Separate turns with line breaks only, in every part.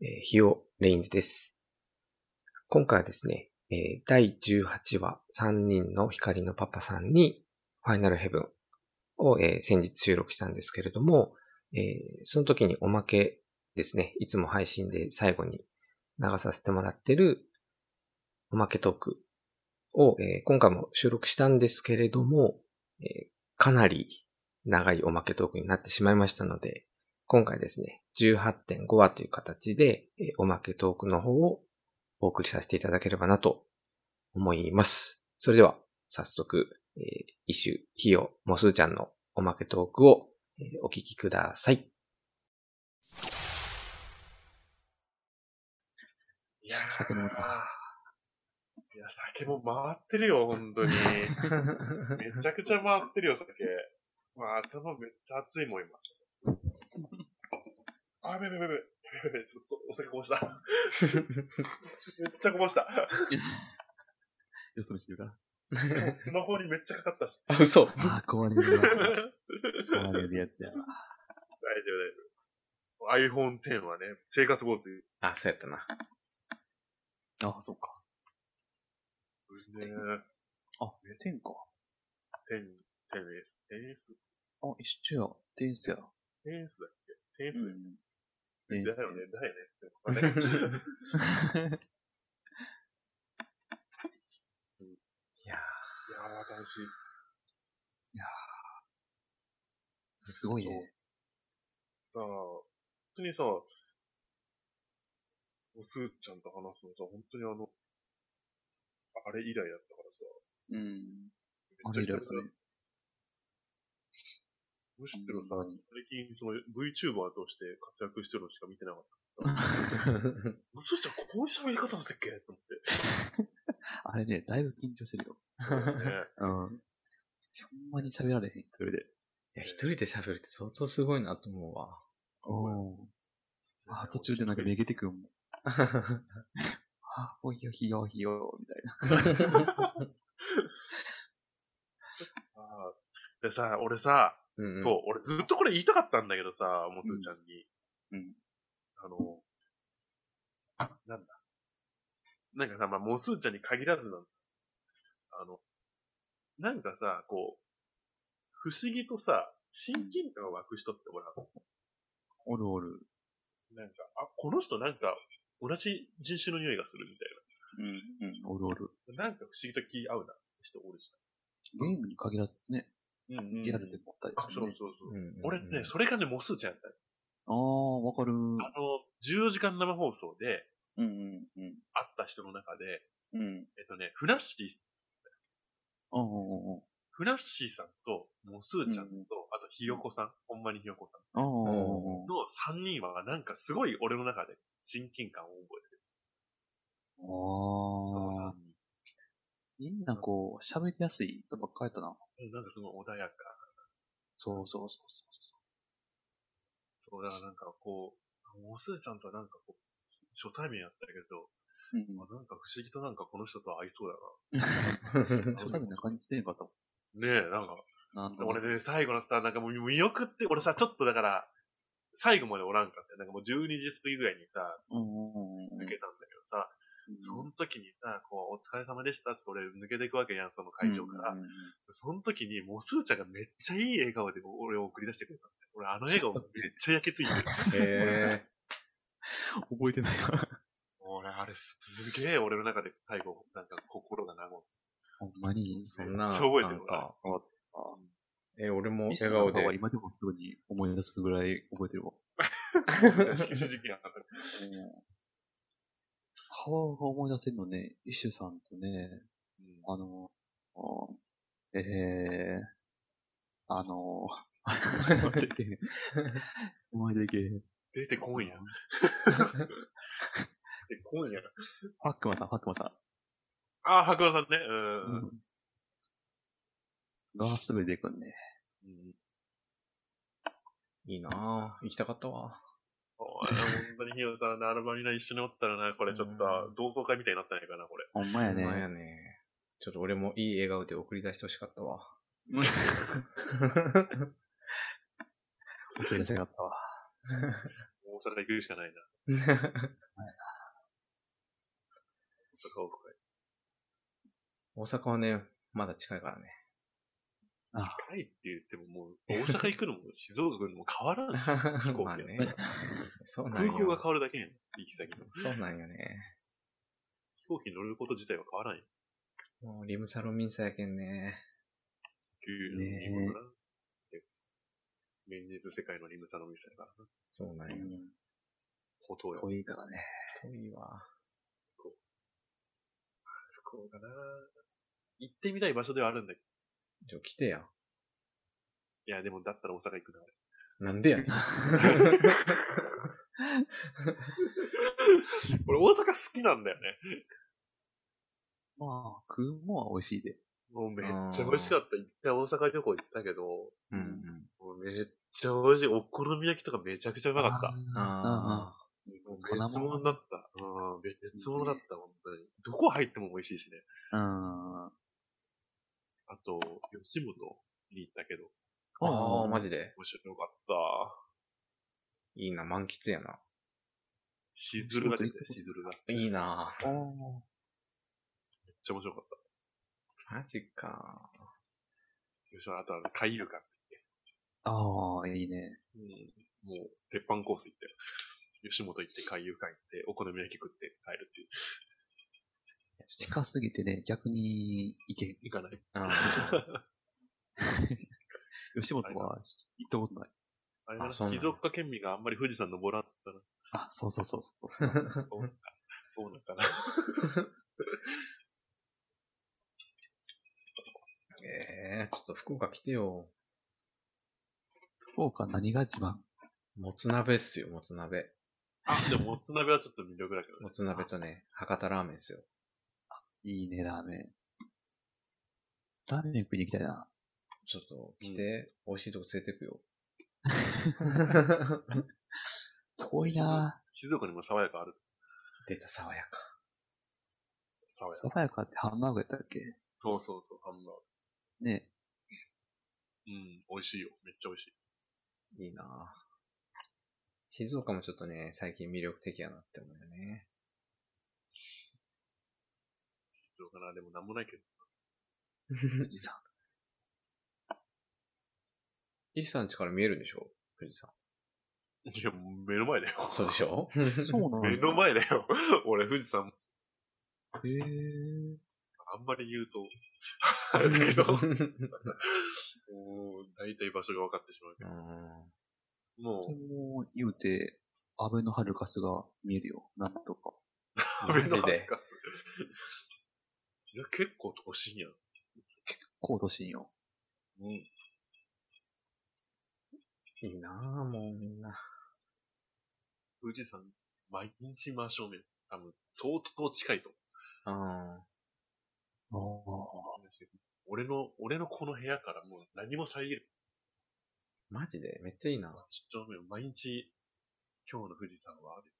えーヒオレインズです。今回はですね、えー第18話3人の光のパパさんにファイナルヘブンを、えー先日収録したんですけれども、えーその時におまけですね、いつも配信で最後に流させてもらってるおまけトークを、えー今回も収録したんですけれども、えーかなり長いおまけトークになってしまいましたので、今回ですね、18.5話という形で、えーおまけトークの方をお送りさせていただければなと思います。それでは、早速、えー、一周、ひよ、もすーちゃんのおまけトークを、えーお聞きください。
いやー
酒飲むか。
いや、酒も回ってる よ、本 当に。めちゃくちゃ回ってるよ、酒。まあ、頭めっちゃ熱いもん、今。あ、やべやべやべやべやべ、ちょっとお酒こ ぼした。めっちゃこぼした。
よそ見してるから。
しかもスマホにめっちゃかかったし。
あ、嘘。
ああ、壊れる
大丈夫、大
わ。
丈
壊れるやつや。
夫。iPhone X はね、生活防水。
あ、そうやったな。
ああ、そうか。
ね
あ、天か。
テン、テンエス、テンエス、
あ、一緒や。天使や。
テンエスだっけテンエスだよね。
天
だ
使
よね、だよね。でもわかんないけど
いや
いやー、楽しい。
すごいね。
さあ、本当にさ、おすーちゃんと話すのさ、本当にあの、あれ以来だったからさ、
うん。あ
め
れ
っち
だ
ゃ
よ
久々
ね。
むしろさ
ほんまに、
最近その VTuber として活躍してるのしか見てなかった。
ー。
おすーちゃん、こういう喋り方だったっけと思って。
あれね、だいぶ緊張してるよ。
ね、
うん。ほんまに喋られへん、一人で。
いや、一人で喋るって相当すごいなと思うわ。
おあ、途中でなんかめげてく んもん。あ、おいよ、ひよ、ひよ、みたいな。
あーでさ、俺さ、
うんうん
そう、俺ずっとこれ言いたかったんだけどさ、もつーちゃんに。
うん。
あの、なんだ。なんかさ、まあ、モスーちゃんに限らずなんだ。あの、なんかさ、こう、不思議とさ、親近感が湧く人ってほら、
おるおる。
なんか、あ、この人なんか、同じ人種の匂いがするみた
うん、うん。おるおる。
いな。なんか不思議と気合うな、人おるじ
ゲームに限らずね、
ゃん。
リアルでもあったり
あ、
す
そう
る
そう
ね。
そう。
うんうんうん
俺ね、それがね、モスーちゃんやったの
ああ、わかる。うん、
あの、14時間生放送で
うん、うん。
会った人の中で、
うん。
えっとね、フナッシー、
ああ、
フナッシーさんと、モスーちゃんと、
うん
あとひよこさん、ほんまにひよこさん。
ああ、
の3人はなんかすごい俺の中で親近感を覚えてる。その3。
ああ
人
みんなこう、喋りやすい人ばっかりやったな。
うん。なんかすごい穏やか。
そうそうそうそうそ
そう、だからなんかこう、おすーちゃんとはなんかこう、初対面やったけど、
う。
まあなんか不思議となんかこの人と合いそう
うん。初対面な感じしてへんかったも
だな。ねえ、なんか。
ん。なんとも
俺ね、最後のさ、なんかもう見送って、俺さ、ちょっとだから、最後までおらんかったよなんかもう12時過ぎぐらいにさ、
うんうんうんうん。
抜けたんだけどさ、そ
うん
の時にさ、こう、お疲れ様でしたって俺抜けていくわけやん、その会場から。
うんうんうん
その時に、もうすーちゃんがめっちゃいい笑顔で俺を送り出してくれたんだよ。俺あの笑顔めっち ゃ焼けついてる。
へ
覚えてないわ。
俺あれすげえ俺の中で最後、なんか心が和む。
ほんまに
ー。そんな、
そう覚えて
な
る
んか、
あ
え、俺も
ミス
笑顔
の顔は
で。
今でもすぐに思い出すぐらい覚えてるわ。
正直な話
顔が思い出せるのね、イシュさんとね、あの、あえー、あの、思い出けへん。思い出けへん。
出てこんや。出てこんや。
ファックマさん、ファックマさん。
ああ、白馬さんね。う。
うんんがすべてくんね。
うん
いいなぁ。行きたかったわ。
おい本当にヒロさん、アルバニナ一緒におったらな、これちょっと
うん
同窓会みたいになったんやかな、これ。
ほんまやね。
ほんま やね。ちょっと俺もいい笑顔で送り出してほしかったわ。
送り出したかったわ。
もう阪行くしかないな。大阪オフ会。
大阪はね、まだ近いからね。
近いって言ってももう、大阪行くのも静岡行くのも変わらん し、飛行機
ま
は
あね。そうなん
空港が
よ。
変わるだけやん。行き先の。
そうなんよね。
飛行機に乗ること自体は変わらんよ。
もうリムサロミンサやけんね。
急に
ねえ
いいことな。で現実世界のリムサの店だからな。
そうなん
う
よ。
ん
ほとんど
遠いからね。
遠いわ。
福岡な行ってみたい場所ではあるんだけど。
ちょ、来てや。
いや、でもだったら大阪行くな。
なんでやねん。
俺大阪好きなんだよね。
まあ、食うもんは美味しいで。
もうめっちゃ美味しかった。一回大阪旅行行ったけど、も
うん
うめっちゃ美味しい。お好み焼きとかめちゃくちゃうまかった。
うん。あ
あ
あ。
もう別物になった。うん、別物だった、本当に。どこ入っても美味しいしね。
あ。うん。
あと、吉本に行ったけど、
ああ、マジで。
面白かった。
いいな、満喫やな。
しずるが出てたよ、しずるが。めっ
いいな。
お
ちゃ面白かった。
マジか。
吉本、あとあの、海遊館。
ああ、いいね。
うん。もう、鉄板コース行ったよ。吉本行って、海遊館行って、お好み焼き食って帰るっていう。
近すぎてね、逆に行けん。
行かない。
あ
吉本は行ったことない。
あれだな、
あそうなんや
静岡県民があんまり富士山登らんかったな。
あ、そうそうそうそうすいません。
そうなんかそうなんかな。
ー ええちょっと福岡来てよ。
福岡何が自慢
もつ鍋っすよ、もつ鍋。
あ、でも、もつ鍋はちょっと魅力だけどね
も。つ鍋とね、博多ラーメンっすよ。
いいね、ラーメン。ラーメン食いに行きたいな。
ちょっと来て、美味しいとこ連れてくよ。
遠いな
静岡にも爽やかある。
出た爽やか。
爽やか。
爽やかってハンバーグやったっけ
そうそうそう、ハンバーグ。
ね。
うん、美味しいよ。めっちゃ美味しい。
いいなぁ静岡もちょっとね、最近魅力的やなって思うよね。
静岡な、でもなんもないけど。
富士山。
石さん家から見えるんでしょ富士山。
いや、もう目の前だよ。
そうでしょ
そうなの
目の前だよ。 俺、富士山、
へえ。
あんまり言うと、あれだけ ど、もう、大体場所が分かってしまうけ
う
ど。
ん
も
でも、言うて、安倍のハルカスが見えるよ。なんとか。
う、
マジで。
カス。いや、結構都心やん。
高度信用。
うん。
いいなぁもうみんな。
富士山、毎日真正面。多分、相当近いと
うん。
思う。
ああ。
俺の、俺のこの部屋からもう何も遮る。
マジでめっちゃいいな
真正面、毎日、今日の富士山はある。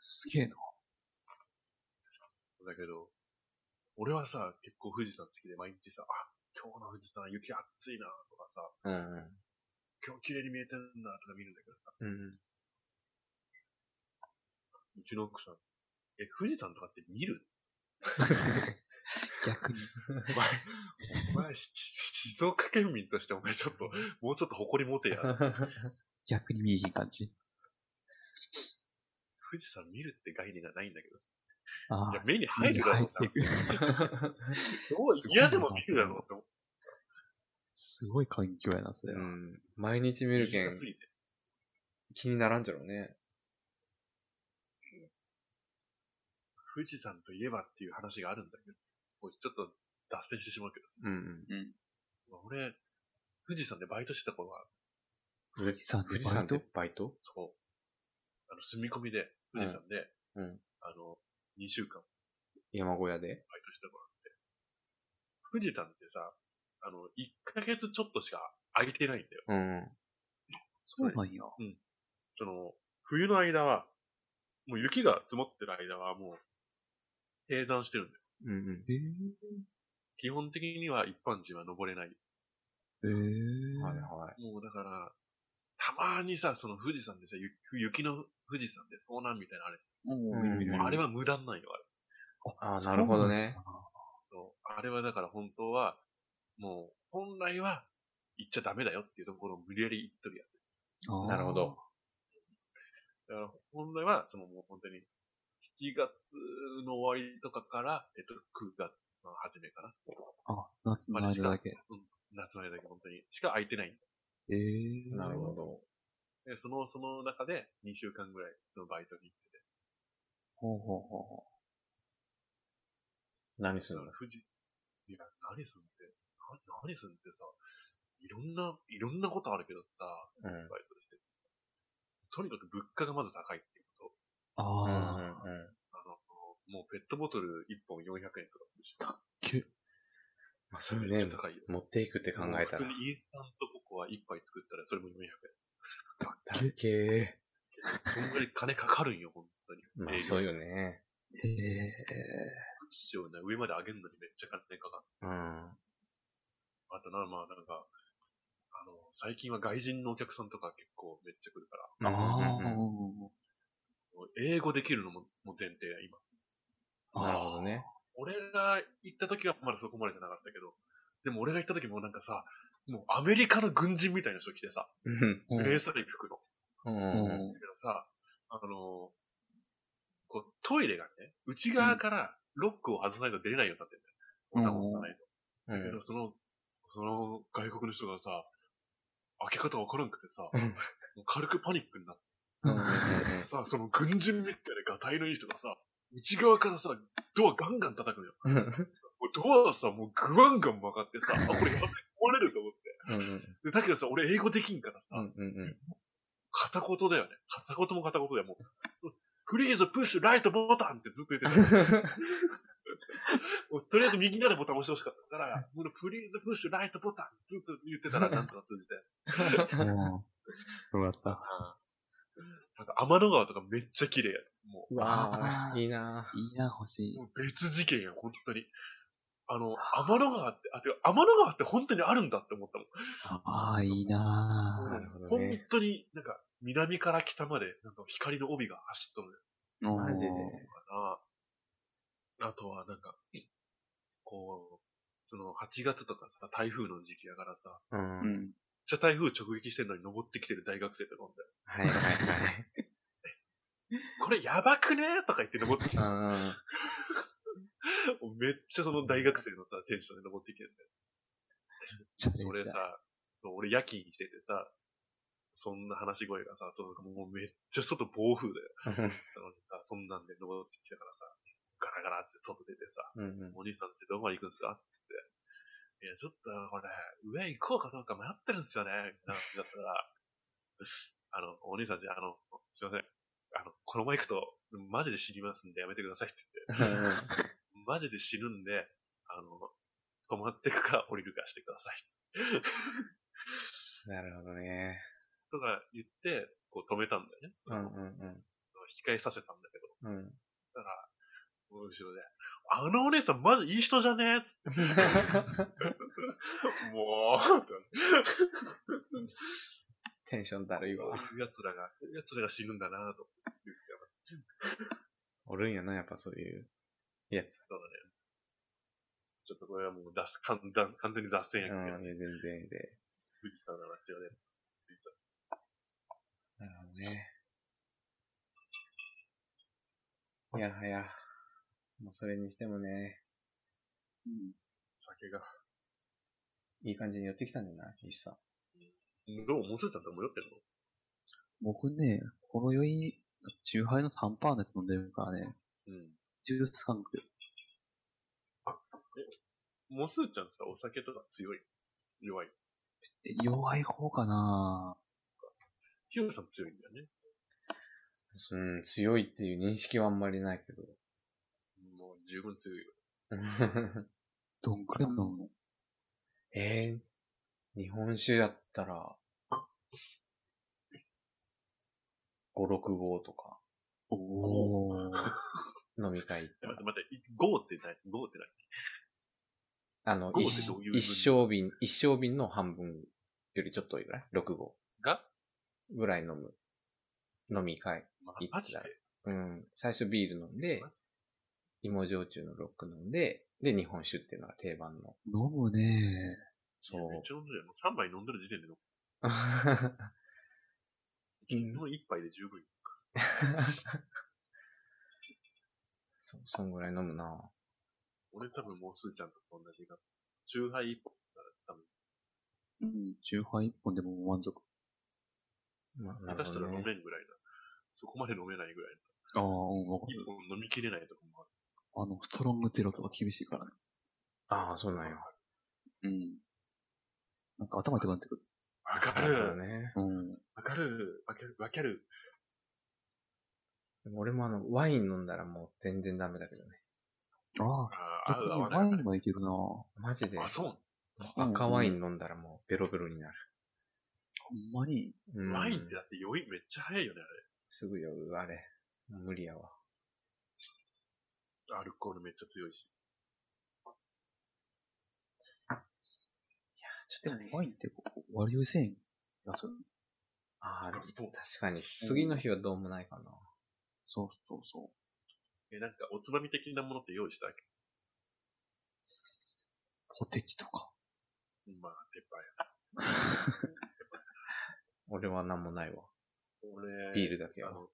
すげえな。
だけど、俺はさ、結構富士山好きで毎日さ、あ、今日の富士山雪暑いなとか
う
さ、
ん。
今日綺麗に見えてるんだとか見るんだけどさ、
うん。
うちの奥さん、え、富士山とかって見る
逆に。
お前、お前、し静岡県民としてお前ちょっと、もうちょっと誇り持てや。
逆に見えへん感じ。
富士山見るって概念がないんだけど。
あ
いや
あ。、
目に入るだろう
入ってくるす
さ。
ご
い
いな
や、でも見るだろうって思う。
すごい環境やな、それ
う
は。
ん毎日見るけん
近すぎて
気にならんじゃろうね。
富士山といえばっていう話があるんだけど、もうちょっと脱線してしまうけどさ
うん。
俺、富士山でバイトしてた頃は、
富
士山で
富士山でバイト
そう。あの、住み込みで、富士山で、
うんうん
あの、2週間
山小屋で
バイトしてもらって。富士山ってさ、あの、1ヶ月ちょっとしか空いてないんだよ。
うん。
そうなんや。
その、冬の間は、もう雪が積もってる間はもう、閉山してるんだよ。
うんうん。
へえ。
基本的には一般人は登れない。
へえ。
はいは
もうだから、たまにさ、その富士山でさ、ゆ雪の富士山で遭難みたいなあれ、
も
うん
もうあれは無断なんよ、あれ。
ああ、なるほどね。。
そうあれはだから本当は、もう、本来は行っちゃダメだよっていうところを無理やり言っとるや
あー
なるほど。。
つ。だから本来は、そのもう本当に、7月の終わりとかから、えっと、9月の初めかな。
あ、夏の間だけ。
うん。夏の間だけ本当に、しか空いてない。
ええ。
なるほど。
で、その、その中で2週間ぐらい、そのバイトに行ってて。
ほうほうほうほ
何す
だ
るの
から富士、いや、何すんって、な何すんってさ、いろんな、いろんなことあるけどさ、
うん。
バイトして。とにかく物価がまず高いっていうこ
う。
うん
ああ、
うんうん。
と。あの、もうペットボトル1本400円とかするし。
きゅ
まあ、それ
め
ね
っちゃ、高いよ。
持っていくって考えた
も
ら。
う普通にインスタントココア1杯作ったらそれも400円。
だっけ
そんぐらい金かかるんよ、本当に。
まあ
営、業
そうよね。
ええ。
しようね。上まで上げるのにめっちゃ金かか
うん。
る。あとな、まあなんか、あの、最近は外人のお客さんとか結構めっちゃ来るから、
あ
うんうん
もう英語できるのももう前提や、今。
うん
あ。
なるほど。ね。
俺が行った時はまだそこまでじゃなかったけど、でも俺が行った時もなんかさ、もうアメリカの軍人みたいな人来てさ、
うん。
うん
レーサーに服の。
うん
う
うん
ん。
だけどさ、あの、こうトイレがね、内側からロックを外さないと出れないようになってんだよ。
うん
女もないと。
う
け
ん
ど、その、その外国の人がさ、開け方わからんくてさ、も
うん
う軽くパニックになって
うん
うん
さ、その軍人みたいなガタイのいい人がさ、内側からさ、ドアガンガン叩くのよ。
うんうん
もうドアさ、もうグワンガン曲がってさ、あ、これやべえ、壊れると思って。
うん
で、だけどさ、俺英語できんから
う
さ、
んうん
片言だよね。片言も片言だよ、もう。フリーズ、プッシュ、ライト、ボタンってずっと言ってた。もうとりあえず右なるボタン押してほしかったから、もうフリーズ、プッシュ、ライト、ボタンってずっと言ってたら、なんとか通じて。
よかった。
なんか天の川とかめっちゃ綺麗や。も
うわ
あ
ぁ、
ー
いいない
いな、欲し
う、
い
も。う別事件や、本当に。あの、天の川って、あ、てか天の川って本当にあるんだって思ったもん。
ああ、いい
ぁ。な
な
るほど
本
ね。
当になんか、南から北まで、なんか光の帯が走っとる
ぁ。
マジで。
かな。あとはなんか、こう、その8月とかさ、台風の時期やから
う。
さ、
うんん。
めっちゃ台風直撃してるのに登ってきてる大学生とかおんだよ
はいはいはい。
これやばくねとか言って登ってき て、
うん
めっちゃその大学生のさ、テンションで登ってきてるんだよ
チャレ
そ
ン
れ
ジャー。
さ、俺夜勤しててさ、そんな話し声がさ、ともうめっちゃ外暴風だよ。なのにさ、そんなんで登ってきたからさ、ガラガラって外出てさ、
うんうん
お兄さんってどこまで行くんですかって言って、いや、ちょっとこれ、上行こうかどうか迷ってるんですよね、みたいな話だったら、あの、お兄さんじゃ、あの、すいません。あの、このまま行くと、マジで死にますんでやめてくださいって言って、 マジで死ぬんで、あの、止まってくか降りるかしてください。
なるほどね。
とか言って、こう止めたんだよね。
うんうん
控えさせたんだけど。
うん。 うん。
だから、後ろで、あのお姉さんマジいい人じゃねえっつってもう、
テンションだ るいわ。
奴らが、奴らが死ぬんだなと。
おるんやな、やっぱそういうやつ。
そうだね。ちょっとこれはもう脱、完全完全に脱
う
線
ん、い
やけど、
や、全然で。
藤田の話はね、
なるほどね。いやはや。もうそれにしてもね、
酒が、
いい感じに寄ってきたんじゃない石さん。
どうもうすーちゃんとも酔ってるの
僕ね、ほろ酔い、中杯の3パーのやつ飲んでるからね、
うん。
ジュース感覚。
もうすーちゃんさ、お酒とか強い弱い
え弱い方かな
ヒロさん強いんだよね。
うん、強いっていう認識はあんまりない けど。
もう十分強いよ。
どんくらい飲むの
えー、日本酒だったら、5、6号とか、
おー。
飲み会行った
待っ
ら
て。待って、い5ってない ?5 ってない
あの、
号って
一
どういう分
一升瓶、一升瓶の半分よりちょっと多いぐらい ?6 号。
が
ぐらい飲む。飲み会。
マジで
うん。最初ビール飲んで、芋焼酎のロック飲んで、で、日本酒っていうのが定番の。
飲むね
そ
めっ
う。
ちゃ飲んでるよ。3杯飲んでる時点で飲む。
うん
昨日1杯で十分。
そう、そんぐらい飲むな
俺多分もうすーちゃんと同じが。チューハイ1本だから多分、
うん。中杯一本でも満足。
まあ、な
下
る
手し
ほ
た
ど
ら飲
ね。
めんぐらいだ。そこまで飲めないぐらい
ああ、うん、わか
の。1本飲みきれないとかもある。
る。あの、ストロングゼロとか厳しいからね。
ああ、そう なんよ。
うん。なんか頭痛くなってくる。
わか
なるほど
る
ね。
うん。
わかるわかるわかる
でも俺もあの、ワイン飲んだらもう全然ダメだけどね。
ああ、
あー合う合わ
逆にワ
な
イ
い
ンはいけるなほ
マジで。
あ、そう
うん
赤ワイン飲んだらもうベロベロになる。
んまに。
うん
ワインってだって酔いめっちゃ早いよね、
すぐ酔う、あれ。もう無理やわ。
あれ。アルコールめっちゃ強いし。
でもワインってこう割り酔いせん。やする。
ああ、でも
そう
確かに。次の日はどうもないかな。
そうそうそ
え、なんかおつまみ的なものって用意したわけ。
う。ポテチとか。
まあ、鉄板や。
俺はなんもないわ。
俺、
ビールだけ
あ
は。
の、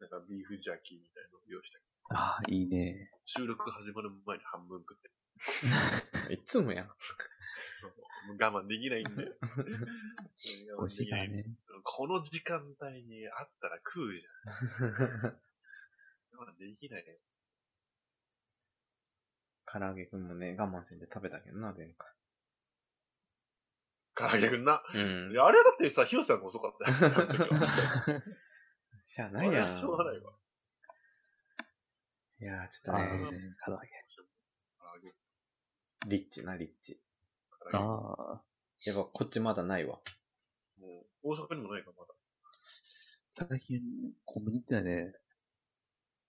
なんかビーフジャーキーみたいなの用意したけ
ああ、いいね。
ど収録始まる前に半分食って。
いつもやん。
そうもう我慢できないん だよ。
美
我慢
味し
で
い
き
か
な
ら
い
ね。
この時間帯にあったら食うじゃん。 我慢できないよ。
唐揚げくんもね、我慢せんで食べたけどな、前
唐揚げくんな。
回。うん
い。やあれだってさ、ひろさんが遅かったよ。あの時は
しゃあないやん。
あれしょうがないわ。
いやー、ち
あ
ょっと
あ
ね、
ー、唐揚げ。
唐揚げ
リッチな、リッチ。
唐揚
ああ、
やっぱこっちまだないわ。
げもう、大阪にもないか、まだ。
最近コンビニ行ってないね。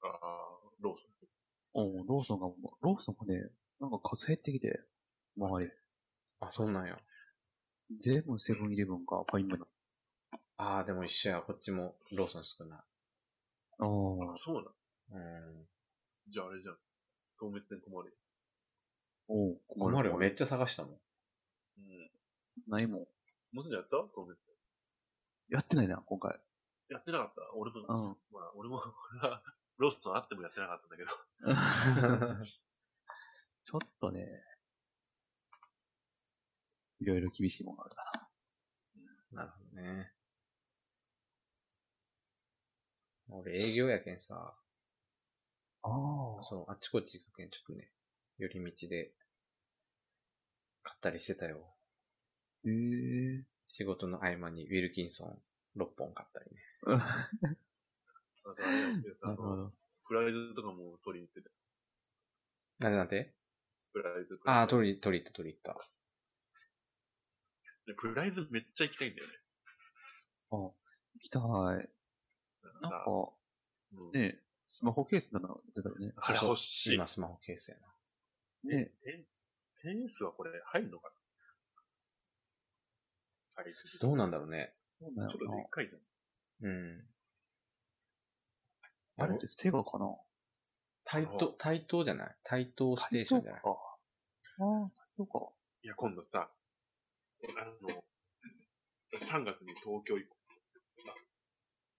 ああ、ローソン。
うん、ローソンが、ローソンもね、なんか数減ってきて、周り。
あ、そうなんや。
全部セブンイレブンか、ファインマネ
あー、でも一緒や。こっちもローソン少ない。
ー。あ
あ
あ、
そうなの
うーん。
じゃああれじゃん。透滅戦困るよ。
おう、
困るよ。めっちゃ探したもん。
うん。
ないもん。
もうすぐやった透滅戦。
やってないな、今回。
やってなかった俺も、
うん。
まあ、俺も、 俺はローソンあってもやってなかったんだけど。
ちょっとね、いろいろ厳しいもんがあるか
なるほどね。俺営業やけんさ、
ら。ああ、
そう、あっちこっち行くけん、ちょっとね、寄り道で、買ったりしてたよ。
へえ。
仕事の合間にウィルキンソン6本買ったりね。
な
あとあれだけど さあ
る
の
ほど。
フライズとかも取りに行ってたよ。
なんでなんで
プライズとか。
ああ、取り、取り行った、取り行った。
でプライズめっちゃ行きたいんだよね。
あ行きたい。
さ
なんか、
うん
ね、スマホケースなのが出てたよね。
あれ欲しい。
今スマホケースやな。
ね、
テテニスはこれ入るのかなサイズ
どうなんだろうね。
そうな
ちょっ
んや
と
ろ
で
な
っかいじゃん。
うん。
あれってセガかな
対等、対等じゃない対等ステーションじゃない
ああ、そうか。
いや、今度さ、あの、3月に東京行こ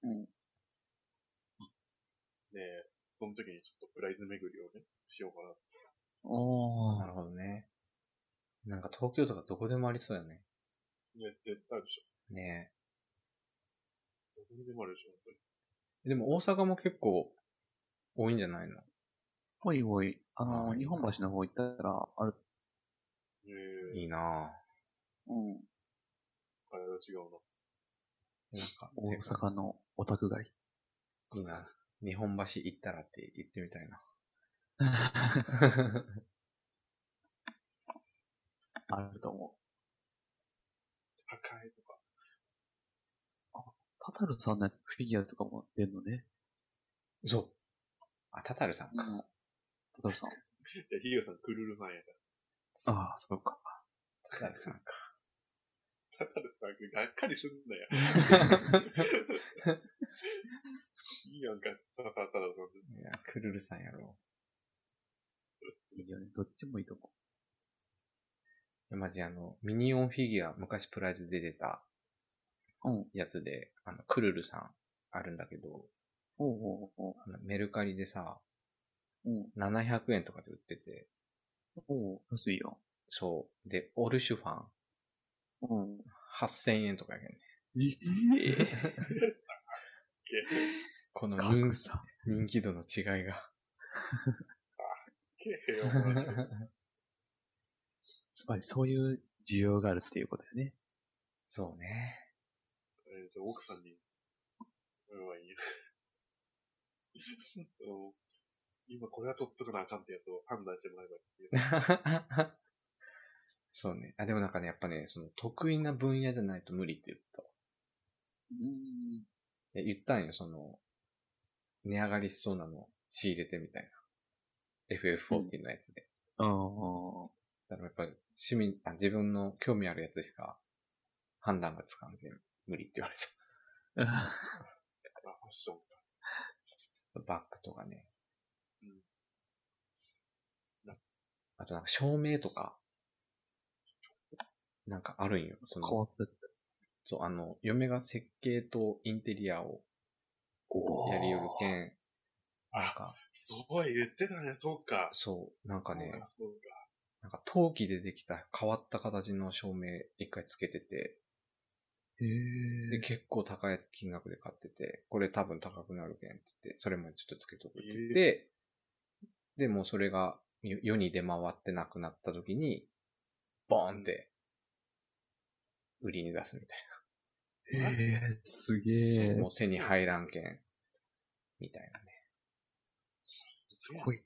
うん。
う。ねその時にちょっとプライズ巡りをね、しようかな。
な
あ
るほどね。なんか東京とかどこでもありそうだよね。
ね、絶対あるでし
ね
ょ。どこでもあるでしょ、本
え。でも大阪も結構多いんじゃないの
おいおい、あの、
はい
日本橋の方行ったら、ある、
当に。え
いいな
うん、
あれは違う
ぁ。
な。
なんか、
大阪のオタク街。
いいな。日本橋行ったらって言ってみたいな。
あると思う。
高いとか。
タタルさんのやつ、フィギュアとかも出んのね。
そう。あ、タタルさん
う
か。
ん。タタルさん。
じゃあ、ヒゲさん、クルルファンやから。
ああ、そうか。
タタルさんか。
ただでさ、がっかりすんな よ。いいやんか、さただただそんで。
いや、クルルさんやろ。
いいよね。どっちもいいと思
マジあの、ミニオンフィギュア、昔プライズで出てた
う。うん。
やつで、あの、クルルさんあるんだけど、
おうおうおう
あのメルカリでさ、
うん。
700円とかで売ってて、
おう安いよ。
そう。で、オルシュファン、
うん。
8000円とかやけんね。
ええ
この人
格差。
人気度の違いが。
けえよ、お前
つまりそういう需要があるっていうことよね。
そうね。
えーじゃあ奥さんに、うん、まあい いや。あの今これは取っとかなあかんってやつを判断してもらえばいいっていう。
そうね。あ、でもなんかね、やっぱね、その得意な分野じゃないと無理って言ったわ。
うん。
え、言ったんよ、その、値上がりしそうなの仕入れてみたいな。FF14 のやつで。
ああ。
だからやっぱり趣味あ、自分の興味あるやつしか判断がつかんで無理って言われた。
あ、ファッションか。
バッグとかね。
うんな
あとなんか照明とか、なんかあるんよ。そ
変
の、
わった。
そう、あの、嫁が設計とインテリアを
お
やりよるけん、なん
あ、
か、
そう言ってたね、そうか。
そう、なんかね、
そうか。
なんか陶器でできた変わった形の照明一回つけてて、
へ
で、
え。
結構高い金額で買ってて、これ多分高くなるけんって言って、それもちょっとつけとくって言って、で、もうそれがよ世に出回ってなくなった時に、ボーンって、売りに出すみた
へえ、すげ
いな。
え
も。う手に入らんけん、みたいなね。
すごい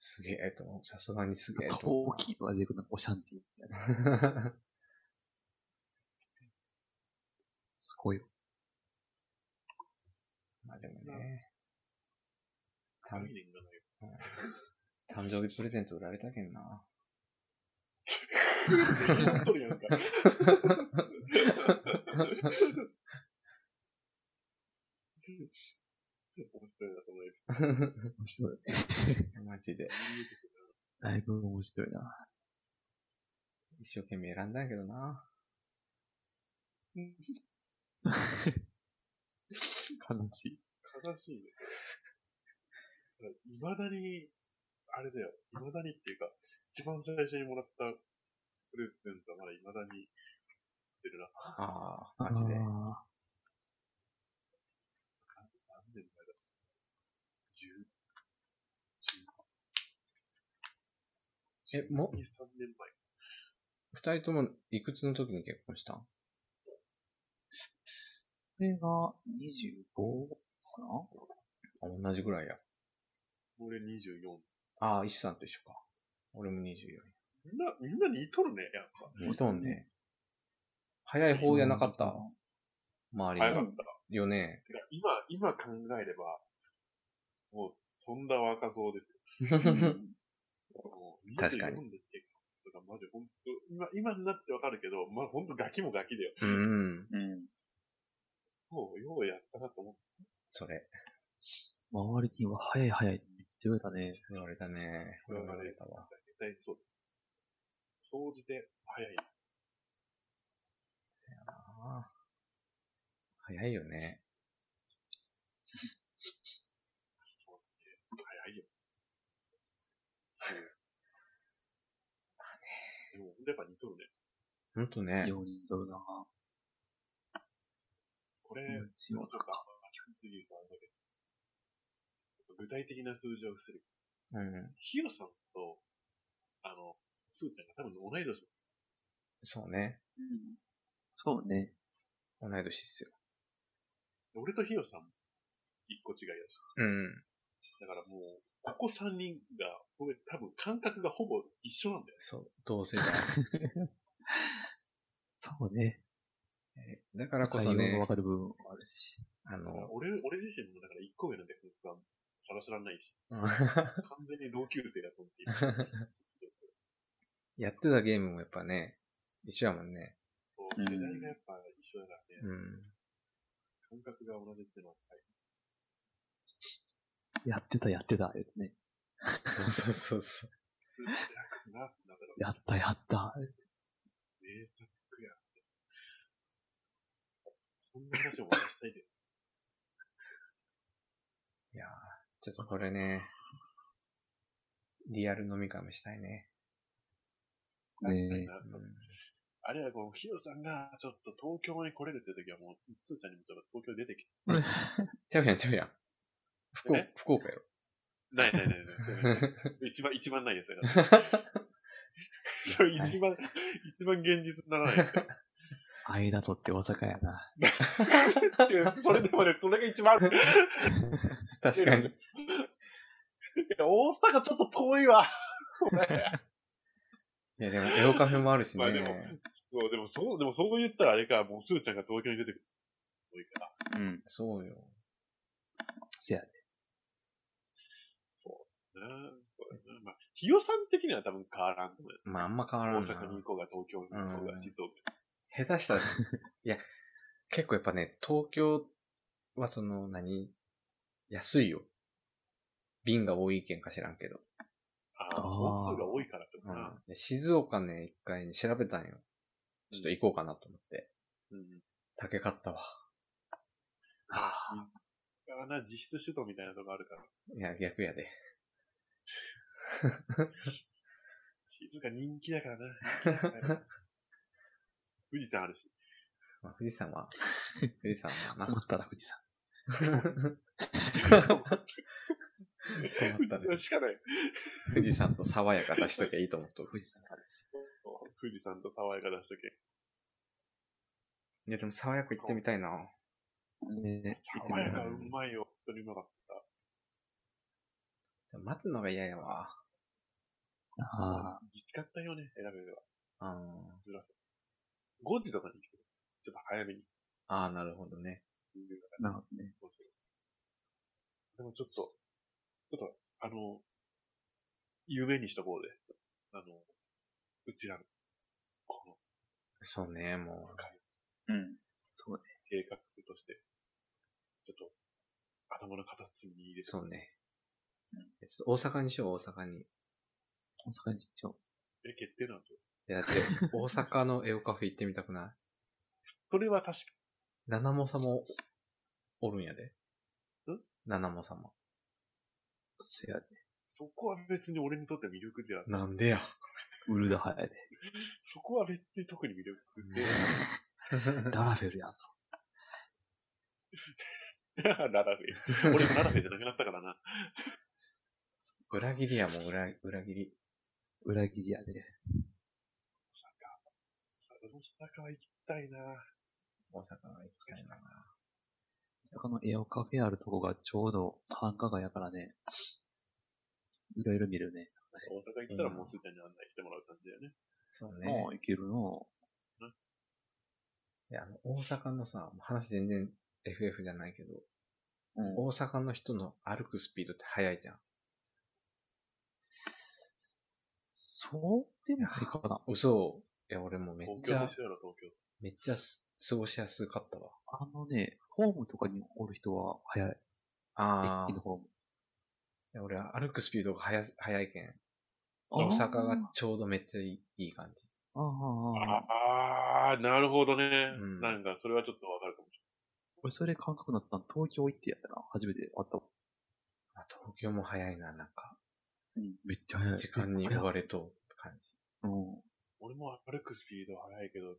すげえと思う。さすがにすげえ
な。
と思う。
大きいのが出てくるの、オシャンティみたいな。すごいよ。
まあでもね、
ファ
誕
ミリーがない
誕生日プレゼント売られたけんな。
よ。やっとるやんか。 面白いな、そのエピ
面白い。
マジで。
ソ
だいぶ面白いな。
一生懸命選んだんやけどな。
悲しい。
ード。悲しいね。いまだに、あれだよ。いまだにっていうか、一番最初にもらったプレゼントはまだいまだに、ってるな。
ああ、マジで
何
あ。
年前だ十、
え、も
二、三年前。
二人ともいくつの時に結婚したん
ーこれが25かな
あ、同じぐらいや。
俺24。
ああ、石さんと一緒か。俺も24。
みんな、みんな似とるね、やっぱ。
ほとんどね。早い方やなかった。周
早
り
か
が
っ。た。
よね。
てか今、今考えれば、もう、とんだ若造ですよ。もう
確かに
24で結構だからマジ本当今、今になってわかるけど、まあ本当ガキもガキだよ。
うん。
うん。
もう、ようやったなと思って。
それ。
周りには早い早いって言ってくれたね。
言われたね。言われたわ。
絶対そう。総じて、早い。
ああ早いよね。
そう早いよ。でも、やっぱ似とるね。
ほんとね。
4人とるな。
これ、
うん
ちょっとあんまり言うとあれだけど具体的な数字は伏せる
うん。
ヒロさんと、あの、スーちゃんが多分同い年。
そうね。
うんそうね。
同い年っすよ。
俺とヒロさん、一個違いだし。
うん。
だからもう、ここ三人が、俺多分感覚がほぼ一緒なんだよ。
そう。同 世代。
そうね。
えだからこ
対
そ
応が
ね
わ、かる部分もあるし。
あ の、
俺、俺自身もだから一個上なんで、本当は、さらさらないし、完全に同級生だと思 っている。
やってたゲームもやっぱね、一緒やもんね。
そう
うん
世代がやっぱ一緒だからね、
うん。
感覚が同じっていうのは、はい、
やってた、やってた、言うてね。
そうそうそうそう。
スーパーデラックスな、だから、
やった、やった。
名作やって。そんな話を渡したいです。
いやーちょっとこれね、リアル飲み会もしたいね。
ね
なんか
うん
あれはこう、ヒロさんが、ちょっと東京に来れるっていう時はもう、つーちゃんにもちょっと東京出てきて。
ちゃうやん、ちゃうやん。福岡
え、
福岡やろ。
ないないないない。一 番、一番ないですよ。だってそれ一番、一番現実にならないですよ。
間取って大阪やな。
っていうそれでもね、それが一番、い
確かに。
や大阪ちょっと遠いわ。
いや、でも、エロカフェもあるし
まあ
ね
でも。そう、でもそう、でもそう言ったらあれか、もうすーちゃんが東京に出てくる。遠いから。
うん。
そうよ。
せやね。
なあそうだなまあ、ひよさん的には多分変わらんと思うよ。
まあ、あんま変わら
大
んな。
阪に行こうが、東京に行こう
う
が、
ん
静岡。
下手したら、いや、結構やっぱね、東京はその、何、安いよ。瓶が多いけんか知らんけど。
あ
あ
あ、
ー
本数が多いからと
うん
か。
で静岡ね、一回ね、調べたんよ。ちょっと行こうかなと思って。
うん。
竹買ったわ。
ああ。な、実質首都みたいなとこあるから。
いや、逆やで。
静岡人気だからな。人気だからな富士山あるし。
まあ、富士山 は、富士山は
困
な。
ったら富士山。
困ったね
しかない。
富士山と爽やか出しときゃいいと思っとる。
富士山あるし。
富士山と爽やか出しとけ。
いや、でも爽やか行ってみたいな。
ね行って
爽
み
や
よ
かうまいよ。本当にうまかった。
待つのが嫌やわ。
う。ああ。
時間帯をね、選べれば。
あ
5時とかに行く。ちょっと早めに。
あー、なるほどね。
なるほどね。
でもちょっと、ちょっと、あの、夢にしとこうで。あの、うちらの、この
そうね、もう。
うん。そうね。
計画として、ちょっと、頭の形に入れて、
そうね
うん。
ちょっと大阪にしよう、大阪に。い
大阪に出張。
え、決定なんですよ。
や、 だって、大阪のエオカフェ行ってみたくな
それは確か
い七もさもおるんやで。
ん
七もさま。
せやね。
そこは別に俺にとっては魅力ではない。
なんでや。
ウルダハやで。
そこは別に特に魅力で、
ララフェルやぞ。
ララフェ。俺もララフェじゃなくなったからな。
裏切りやもん、裏、裏切り。
裏切りやで。
大阪は行きたいな
大阪は行きたいな。
大阪のエオカフェあるとこがちょうど繁華街やからね。いろいろ見るね。
大阪行ったらもうすーちゃんに案内してもらう感じだよね。
そう
あ
ね。
あ、いけるの。
いや、あの、大阪のさ、話全然 FF じゃないけど、
うん。
大阪の人の歩くスピードって速いじゃん。
そうでもないかな。
嘘。いや、俺もめっ
東
ち
京
ゃ
でし、ょ、東京。
めっちゃす過ごしやすかったわ。
あのね、ホームとかにおる人は早い。
ああ。
駅の
い
ホーム。
や俺は歩くスピードが速す速いけん。
あ
大
ー
阪がちょうどめっちゃいいいい感じ。
ああ、ああ。
ああ、なるほどね。
うん
なんか、それはちょっとわかるかもし
俺、それ感覚になったの、東京行ってやったな。初めて会った。
あ東京も速いな、なんか。
うん。めっちゃ早い。
時間に追われとう感じ。
うん。
れない。俺も歩くスピードは速いけど、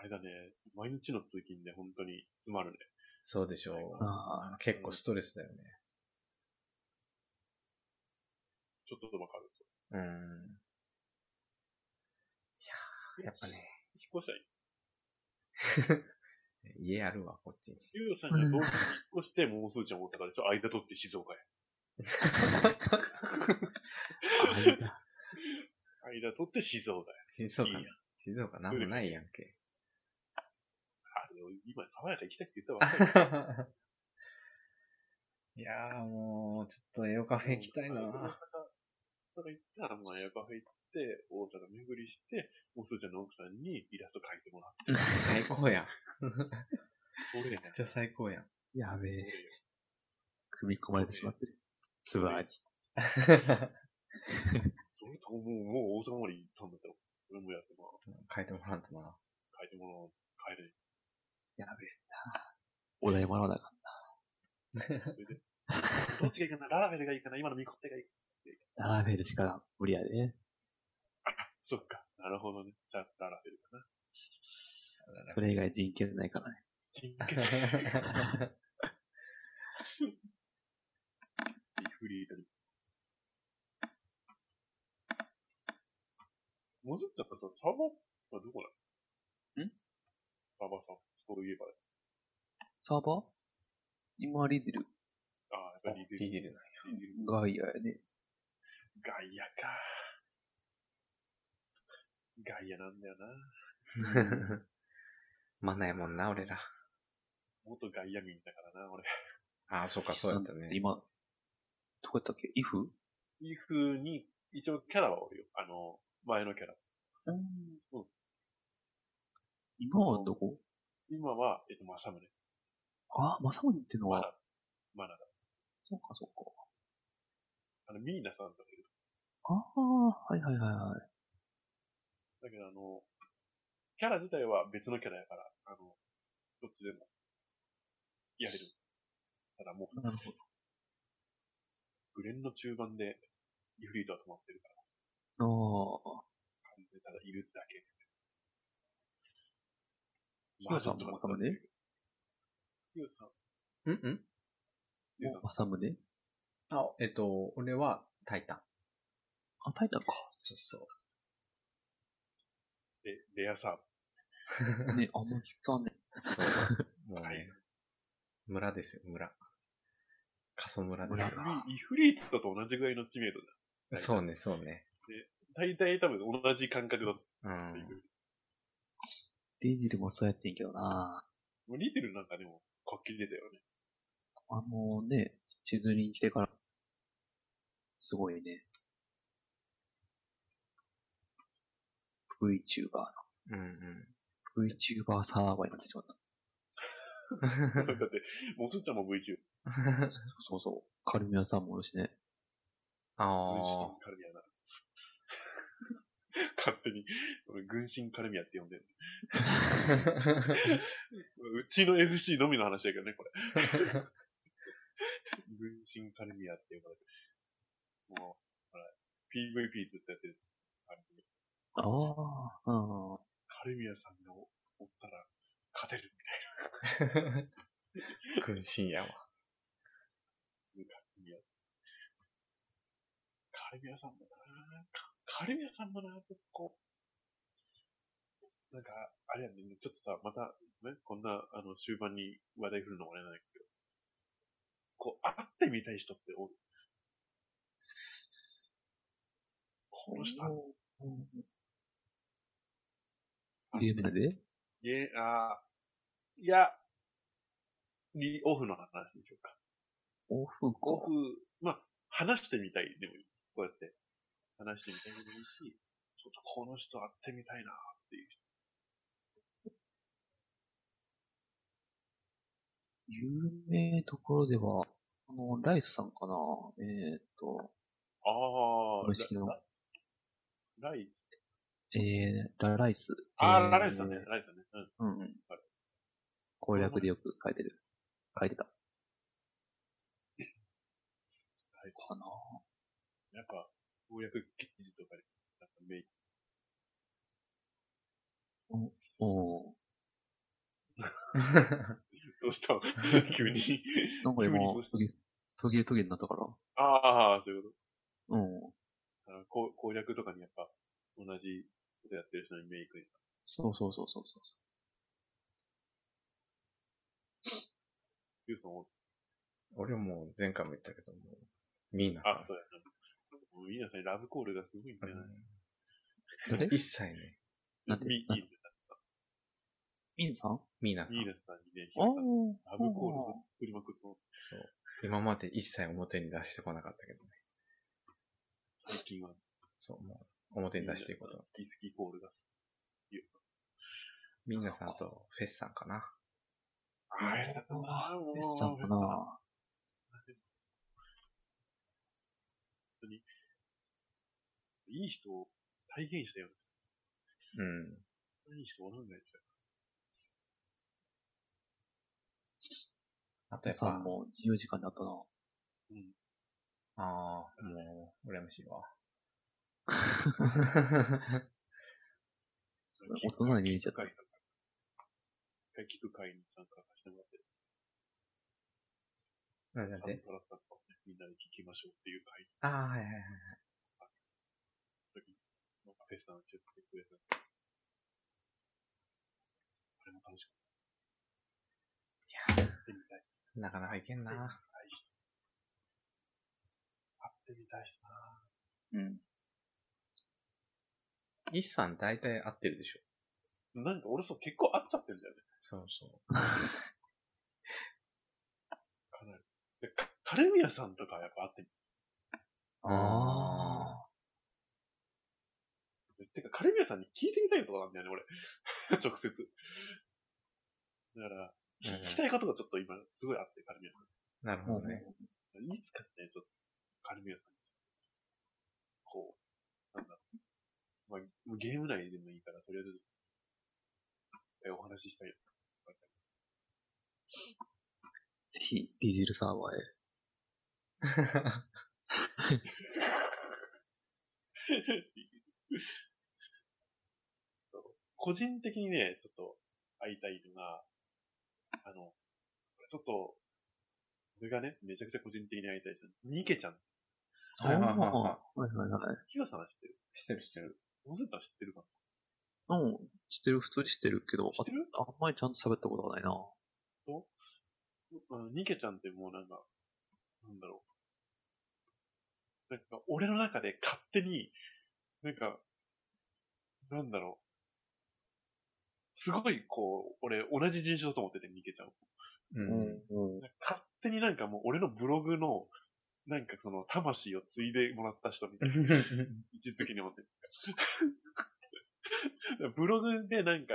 あれだね、毎日の通勤で本当に詰まるね。
そうでしょう。
ああ、
結構ストレスだよね。
ちょっとわかる。
うん。いやーやっぱね、
引っ越したい。
家あるわ、こっちに。
ゆうよさんが東京に引っ越して、もうすーちゃん大阪でしょ間取って静岡へ。
間
間取って静岡へ。
静岡
いいや、
静岡なんもないやんけ。
あでも今、爽やか行きたいって言っ たわ。
い やーもう、ちょっとエオカフェ行きたいな
大阪行ったら、もうエアカフェ行っって、大阪巡りして、もうすーちゃんの奥さんにイラスト描いてもらって、
最高やん。
俺ね、
じゃ最高やん。
やべえ。組み込まれてしまってる。ツアーに。
それともう、もう大阪まで行ったんだったら、俺もやってもらう。
書いてもらわんとな。
描いてもらう。帰れ。
やべえな。お題もらわなあかっ
それで、どっちがいいかなララベルがいいかな今のミコッテがいい
た。ラーメンしか無理やで。
そっか。なるほどね。じゃあ、ララベルかな。
それ以外人権ないからね。
真剣にフリーダに。もずっちゃったさ、サバはどこだ
ん
サバさん。そういえばね。
サーバー今リデル
ああ、やっぱりリデ
リ
ル。
デル
リデル
ガイアやね。
ガイアか。ガイアなんだよな。
な。まんないもんな、俺ら。
元ガイア民だからな、俺。
ああ、そうか、そうやったね。
今、どこやったっけイフ
いう風に、一応キャラはおるよ。あの、前のキャラ。
うん
うん。
今はどこ
今は、えっと、マサムネ。
あ、まさむっての
マナ
は、
だ。マナだ。
そうかそうか。
あの、ミーナさんとかいる。
ああ、はいはいはいはい。
だけど、あの、キャラ自体は別のキャラやから、あの、どっちでも、やれる。ただもう、
なるほ
グレンの中盤で、イフリートは止まってるから、
ど。ああ。
完全にただいるだけ。
ヒヨさんもまさむね
ヒヨさん、
うんうん
ヒヨさん
まさむね
あ、えっと、俺は、タイタン。
あ、タイ タンか。
そうそう。
え、レアさん。
ね、あんま聞かんね。
そう。もう
は
ね
い、
村ですよ、村。過疎村です
村
よ
イ
だ
フ。リイフリートと同じぐらいの知名度だ。
そうね、そうね。
大体多分同じ感覚だっ
う
たい
ん。
う。
デイジルもそうやってんけどな。
もうリテルなんかでも、こっきり出たよね。
あのね、地図に来てから、すごいね。VTuber
う
の、
んうん。
VTuber サーバーになってしまった。
だって、もうすーちゃんも VTuber。
そうそう。カルミアさんもおるしね。
軍
あ
神カルミアな。 勝手に、俺、軍神カルミアって呼んでる。
あ。
うちの FC のみの話だけどね、 これ。軍神カルミアって呼ばれてる。もう、ほら、PVP ずっとやってる。あの
ああ、うん。
カルミアさんがおったら、勝てる。
軍神やわ。
カルミア。カルミアさんだなかカルミアさんもなちょっとこう、なんか、あれやね、ちょっとさ、また、ね、こんな、あの、終盤に話題振るのもあれなんだけど、こう、会ってみたい人っておる。この人、
ゲームで
え、あーいや、に、オフの話でしょうか。
オフ
オ
か
フ。、まあ、話してみたいでもいい。こうやって、話してみたいでもいいし、ちょっとこの人会ってみたいなっていう人
有名ところでは、あの、ライスさんかなえーっと、
ああ、
公式の
ラライス。
えー、ラライス。
あ
え
あ、
ー
ライスだね、ライスだね。うん。
うんうん
あれ。
攻略でよく書いてる。書いてた。
ライス
かな
なんか、攻略記事とかで、なんかメイク。
お
どうした急に。
なんか
急に
今
どうし、
トゲ、トゲトゲになったから。
ああ、そういうこ
うん。
と。あのこう攻略とかにやっぱ、同じことやってる人にメイクに。
そうそうそうそうそう。
ユウさんも、
俺もう前回も言ったけども、ミーナ
あ、
さ
そうやな。もう皆さんラブコールがすごいんだ
ん
よな。
うん。
誰
一切ね、
なんて
ミ
なん
ミー
ミンさん
ミーナさん。
ナさんにね、
ああ
ヒロさんラブコールを振りまくってます
そう。今まで一切表に出してこなかったけどね。
最近は。
そう、も表に出していくこと。
好き好きイコール出す。ゆうさん
みんなさんとフェスさんかな。
あれだなもう。
レッサンかな
いい人を体現したよう
うん。
な。いい人おらんないみたい
あと
レ
や
ッ
っ
サン
ぱ、
も自由時間だったな。
な。うん。
ああ、もう、羨ましい わ。
すごい大人に見えちゃった。
一回聞く会に参加させてもらって、
なんだっ
サン
て。
トラさんとねみんなで聞きましょうっていう会
ああ、はいはいはい。
の時に、なんかフェスさんがチェックしてくれた。あれも楽しかった。いやー、やってみたい。
なかなかいけんな。
やってみたいしな
うん。
イシさん大体合ってるでしょ。
なんか俺そう結構合っちゃってるんだよね。
そうそ
かなり。で、かカレミヤさんとかはやっぱ合って
う。
る。
あ。
てか、カレミヤさんに聞いてみたいことなんだよね、俺。 直接。だから、
うん
聞きたいことがちょっと今、すごいあって、カレミヤさん。
なるほどね。
いつかね、ちょっと、カルミアさんに、こう、なんだろう。まあ、もうゲーム内でもいいから、とりあえず、えお話ししたいよ。
ぜひ、ディーゼルサーバーへ。
個人的にね、ちょっと、会いたいのが、あの、ちょっと、俺がね、めちゃくちゃ個人的に会いたい人、ニケちゃん。
はいはいはいはい
い。はいはいはい。
ヒロさんは知ってる
知ってる知ってる。
モスさん知ってるか
うん、知ってる、普通に知ってるけど、
知ってる
ああんまりちゃんと喋ったことがないな。
なあのニケちゃんってもうなんか、なんだろう。なんか、俺の中で勝手に、なんか、なんだろう。すごい、こう、俺、同じ人種だと思ってて、ニケちゃんを。
う。。
うん うん。
勝手になんかもう、俺のブログの、なんかその、魂を継いでもらった人みたいな。位置づけに持ってる。 ブログでなんか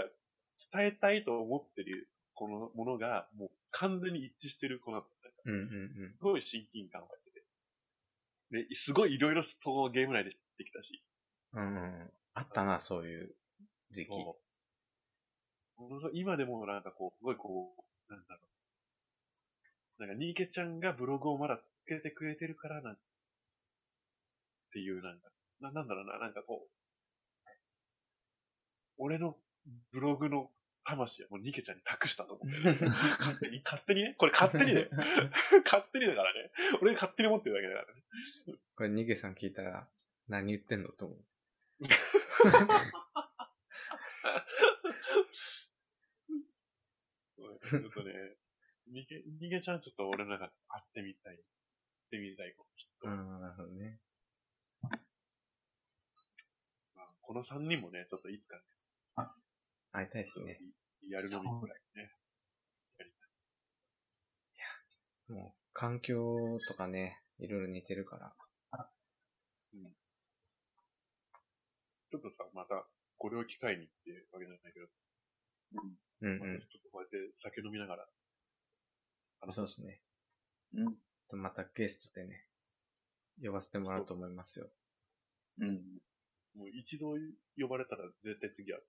伝えたいと思ってるこのものがもう完全に一致してる子なの。なんか
うんうんうん
すごい親近感を感じて。で、すごいいろいろそのゲーム内で知ってきたし。
うんうん。あったな、そういう時期。
そうもの今でもなんかこう、すごいこう、なんだろう。なんか、ニーケちゃんがブログをまだつけてくれてるからなんっていう、なんか、な、なんだろうな、なんかこう、俺のブログの魂はもうニーケちゃんに託したと思う。勝手に、勝手にね。これ勝手にだよ。勝手にだからね。俺が勝手に持ってるだけだからね。
これ、ニゲさん聞いたら、何言ってんのと思う。
そうちょっとね、ニケ、ニケちゃんちょっと俺の中で会ってみたい。会ってみたい子、きっと。
うん、なるほどね。
まあ、この3人もね、ちょっといつかね、
会いたいしね。
リアル飲みくらいね。
もう、環境とかね、いろいろ似てるから。
ちょっとさ、また、これを機会にってわけじゃないけど、
うんう
また
ん。
ちょっとこうやって酒飲みながら、あの
そうですね。
うん。
とまたゲストでね、呼ばせてもらうと思いますよ。
うん。
もう一度呼ばれたら絶対 次は、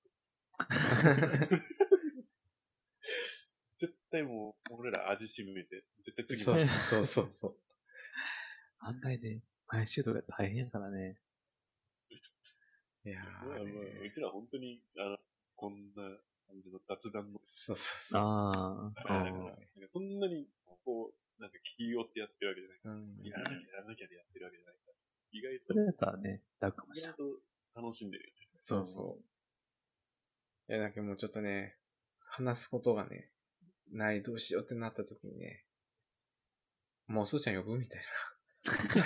絶対もう、俺ら味しめて、絶対次
そう
も
そうそうそう。
案外ね、毎週とか大変やからね。
いや
まあまあ
ー、ね、
うちら本当に、あの、こんな感じの雑談の、
そうそうそう。
あ
だ
あ。
から な
う
ん
ん
かそんなに、こう、なんか気をってやってるわけじゃない。
うん、
やらなきゃやらなきゃでやってるわけじゃないから。意外
そ
と、
れだったらね、楽かも
意
しれ
外
ない。
と楽しんでるよね。
そうそう。いや、だけどもうちょっとね、話すことがね、ない、どうしようってなった時にね、もうそうちゃん呼ぶみたい
おすーち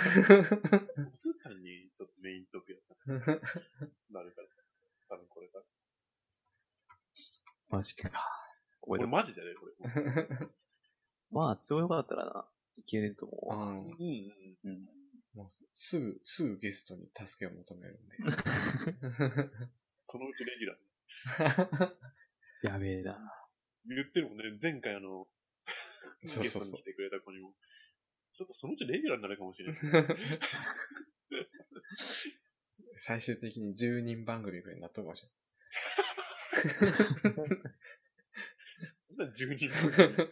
ゃんにちょっとメイントークやった
な。
なるから、多分これだ。
マジか。
こ
覚え
れ
て
マジだね、これ。 う
まあ、都合よかったらな、いけると思うわ。
うん
んうんうん。
うん。
もうすぐ、すぐゲストに助けを求めるんで。
そのうちレギュラー。
やべえな。
言ってるもんね、前回あの、
そうそうそう
ゲストに来てくれた子にも。ちょっとそのうちレギュラーになるかもし れない。
最終的に10人番組ぐらいになっとるかもし
そんな10人
れない。